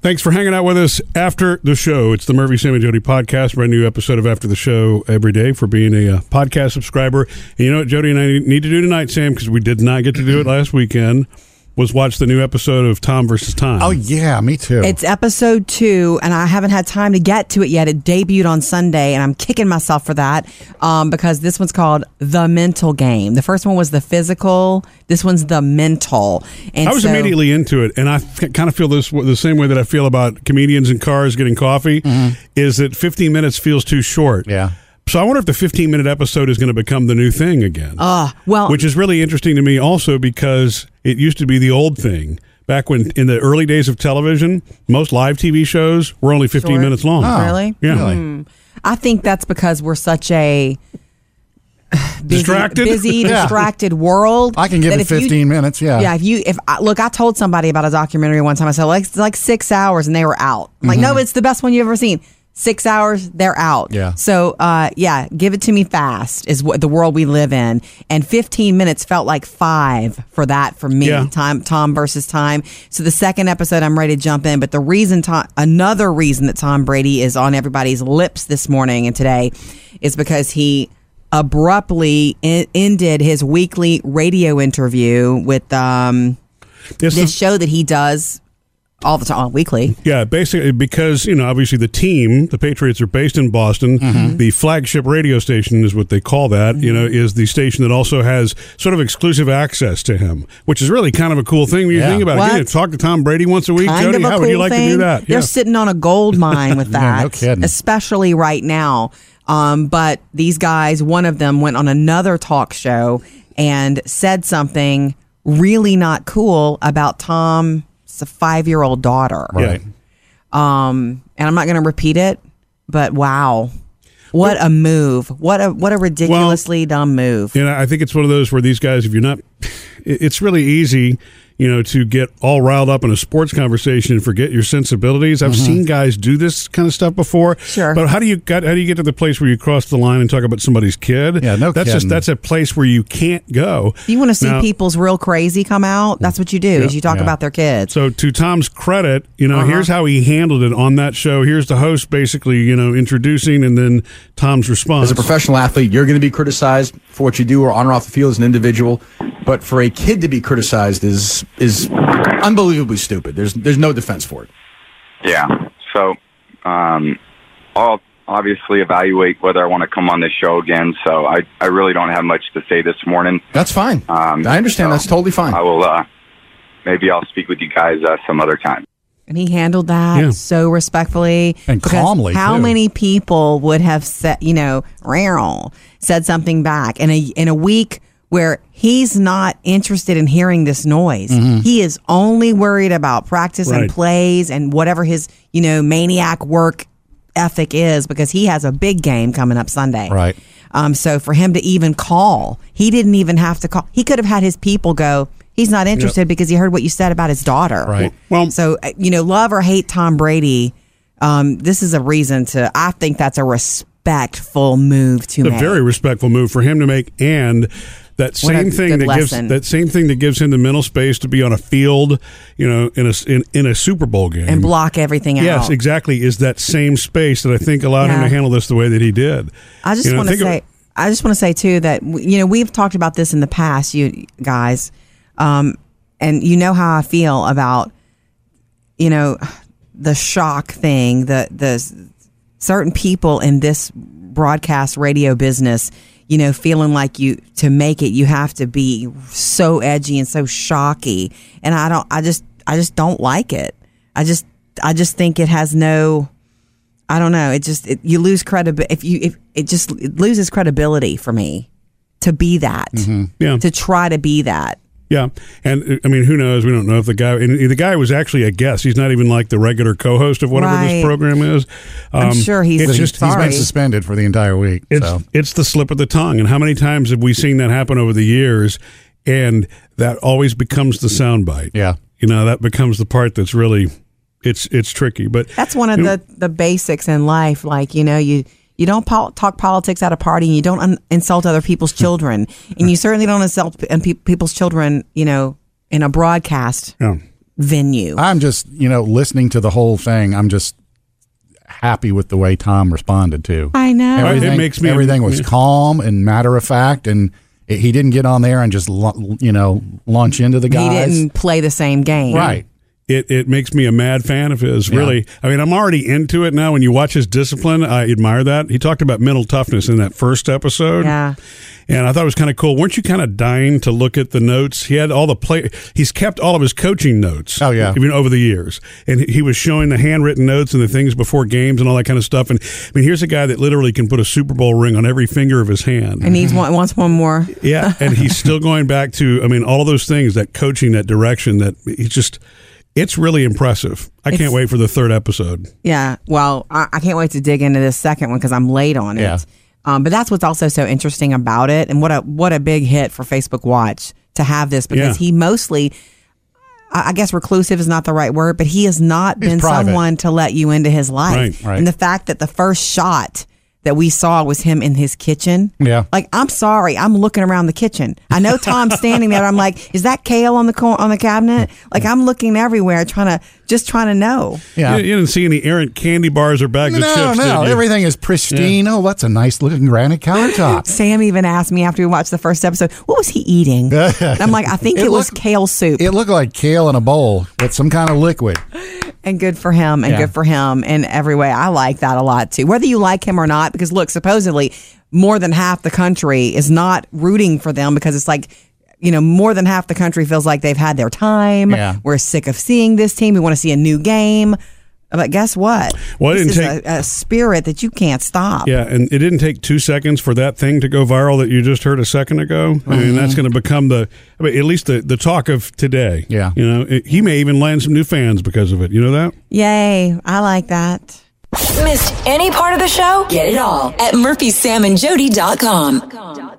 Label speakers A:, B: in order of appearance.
A: Thanks for hanging out with us after the show. It's the Murphy, Sam, and Jody podcast. Brand new episode of After the Show every day for being a uh, podcast subscriber. And you know what Jody and I need to do tonight, Sam, because we did not get to do it last weekend, was watch the new episode of Tom versus Time.
B: Oh yeah, me too.
C: It's episode two, and I haven't had time to get to it yet. It debuted on Sunday, and I'm kicking myself for that um, because this one's called The Mental Game. The first one was the physical. This one's the mental. And
A: I was
C: so-
A: immediately into it, and I f- kind of feel this w- the same way that I feel about comedians in cars getting coffee. Is that 15 minutes feels too short?
B: Mm-hmm. Yeah.
A: So I wonder if the 15 minute episode is going to become the new thing again.
B: Oh,
C: Uh, well,
A: which is really interesting to me also because it used to be the old thing. Back when in the early days of television, most live TV shows were only 15
C: Short.
A: minutes long.
C: Oh, Really?
A: Yeah.
C: I think that's because we're such a busy,
A: Distracted?
C: busy,
B: Yeah.
C: distracted world.
B: I can give
C: that
B: it
C: if you-
B: 15 minutes. Yeah.
C: Yeah, if you if I, look, I told somebody about a documentary one time. I said like it's like six hours, and they were out. I'm Like, no, it's the best one you've ever seen. Six hours, they're out.
B: Mm-hmm. Yeah.
C: So, uh, yeah, give it to me fast is what the world we live in, and 15 minutes felt like five for that for me.
A: Yeah.
C: Time, Tom versus time. So the second episode, I'm ready to jump in. But the reason, Tom, another reason that Tom Brady is on everybody's lips this morning and today, is because he abruptly en- ended his weekly radio interview with um,
A: It's the-
C: this show that he does all the time weekly.
A: Yeah, basically because you know obviously the team, the Patriots are based in Boston.
C: Mm-hmm.
A: The flagship radio station is what they call that. You know, is the station that also has sort of exclusive access to him, which is really kind of a cool thing when you
B: Yeah.
A: think about it. You
C: What?
A: get to talk to Tom Brady once a week,
C: Kind
A: Jody.
C: of a
A: How
C: cool
A: would you like
C: thing.
A: to do that?
C: They're
A: Yeah.
C: sitting on a gold mine with
B: Yeah,
C: that,
B: no kidding.
C: especially right now. Um, but these guys, one of them went on another talk show and said something really not cool about Tom's five-year-old daughter.
A: Right.
C: Um, and I'm not going to repeat it, but wow, what a move! What a what a ridiculously dumb move.
A: And I think it's one of those where these guys, if you're not, it- it's really easy, you know, to get all riled up in a sports conversation and forget your sensibilities.
B: Mm-hmm.
A: I've seen guys do this kind of stuff before.
C: Sure.
A: But how do you got, how do you get to the place where you cross the line and talk about somebody's kid?
B: Yeah, no
A: That's just
B: kidding.
A: that's a place where you can't go.
C: You want to see
A: Now-
C: people's real crazy come out? That's what you do is you talk
B: yeah.
C: about their kids.
A: So to Tom's credit, you
B: Uh-huh.
A: know, here's how he handled it on that show. Here's the host basically, you know, introducing and then Tom's response.
D: As a professional athlete, you're going to be criticized for what you do or on or off the field as an individual. But for a kid to be criticized is is unbelievably stupid. There's there's no defense for it.
E: Yeah. So, um, I'll obviously evaluate whether I want to come on this show again. So I, I really don't have much to say this morning.
D: That's fine.
E: Um,
D: I understand. That's totally fine.
E: I will, uh, maybe I'll speak with you guys uh, some other time.
C: And he handled that
A: Yeah.
C: so respectfully
B: And
C: because
B: calmly,
C: How
B: too.
C: many people would have said, you know, Rarrell said something back in a in a week where he's not interested in hearing this noise.
B: Mm-hmm.
C: He is only worried about practice
A: Right.
C: and plays and whatever his you know maniac work ethic is because he has a big game coming up Sunday.
B: Right.
C: Um, so for him to even call, he didn't even have to call. He could have had his people go. He's not interested because he heard what you said about his daughter.
B: Right.
A: Well-
C: so uh, you know, love or hate Tom Brady, um, this is a reason to. I think that's a respectful move to
A: a
C: make.
A: very respectful move for him to make and that
C: What a
A: same thing
C: good
A: that gives
C: lesson.
A: that same thing that gives him the mental space to be on a field, you know, in a in, in a Super Bowl game.
C: and block everything out.
A: yes, exactly. Is that same space that I think allowed him to
C: Yeah.
A: handle this the way that he did?
C: I just
A: You know,
C: want to
A: think of-
C: say, I just want to say too that w- you know we've talked about this in the past, you guys, um, and you know how I feel about you know the shock thing, the the s- certain people in this broadcast radio business, you know, feeling like you to make it, you have to be so edgy and so shocky, and I don't, I just, I just don't like it. I just, I just think it has no. I don't know. It just it, you lose credibility if you if it just it loses credibility for me to be that
B: Mm-hmm.
A: yeah,
C: to try to be that.
A: yeah, and uh, I mean, who knows? We don't know if the guy and the guy was actually a guest. He's not even like the regular co-host of whatever
C: Right.
A: this program is. Um,
C: I'm sure he's
A: it's
B: But he-
A: just-
B: he's
C: sorry.
B: been suspended for the entire week.
A: It's
B: so
A: it's the slip of the tongue, and how many times have we seen that happen over the years? And that always becomes the soundbite.
B: Yeah.
A: you know that becomes the part that's really it's it's tricky. But
C: That's one of
A: you know,
C: the the basics in life. Like you know you. You don't pol- talk politics at a party, and you don't un- insult other people's
B: Hmm.
C: children, and you certainly don't insult p- and pe- people's children, you know, in a broadcast
A: yeah.
C: venue.
B: I'm just, you know, listening to the whole thing. I'm just happy with the way Tom responded to.
C: I know.
A: Every- It makes me-
B: everything was calm and matter of fact, and it, he didn't get on there and just lu- you know launch into the
C: he
B: guys.
C: didn't play the same game.
B: right?
A: it, it makes me a mad fan of his. Really, I mean, I'm already into it now. When you watch his discipline, I admire that. He talked about mental toughness in that first episode,
C: Yeah.
A: and I thought it was kind of cool. weren't you kind of dying to look at the notes? He had all the play. He's kept all of his coaching notes.
B: Oh, yeah.
A: even over the years, and he- he was showing the handwritten notes and the things before games and all that kind of stuff. And I mean, here's a guy that literally can put a Super Bowl ring on every finger of his hand.
C: And he one, wants one more.
A: Yeah, and he's still going back to I mean all those things that coaching, that direction, that he's just it's really impressive. I
C: It's-
A: can't wait for the third episode.
C: Yeah. Well, I, I can't wait to dig into this second one because I'm late on it.
B: Yeah.
C: Um, but that's what's also so interesting about it, and what a what a big hit for Facebook Watch to have this because
A: Yeah.
C: he mostly, I I guess, reclusive is not the right word, but he has not
B: He's
C: been
B: private.
C: someone to let you into his life.
A: Right, right.
C: And the fact that the first shot that we saw was him in his kitchen.
B: Yeah.
C: Like I'm sorry, I'm looking around the kitchen. I know Tom's standing there. but I'm like, is that kale on the cor- on the cabinet? Like I'm looking everywhere, trying to just trying to know.
B: Yeah.
A: You, you didn't see any errant candy bars or bags
B: No,
A: of chips.
B: no,
A: did you?
B: everything is pristine. Oh, that's a nice looking granite countertop.
C: Sam even asked me after we watched the first episode, what was he eating? And I'm like, I think it,
B: It
C: was
B: looked-
C: kale soup.
B: it looked like kale in a bowl with some kind of liquid.
C: and good for him, and
B: Yeah.
C: good for him in every way. I like that a lot too. Whether you like him or not, because look, supposedly more than half the country is not rooting for them because it's like, you know, more than half the country feels like they've had their time.
B: Yeah.
C: We're sick of seeing this team. We want to see a new game. But guess what?
A: Well, it
C: this
A: didn't
C: is a, a spirit that you can't stop.
A: Yeah, and it didn't take two seconds for that thing to go viral that you just heard a second ago. I mean, that's going to become the, I mean, at least the, the talk of today.
B: Yeah.
A: you know, it- he may even land some new fans because of it. You know that?
C: Yay. I like that.
F: Missed any part of the show? Get it all at murphysamandjody.com.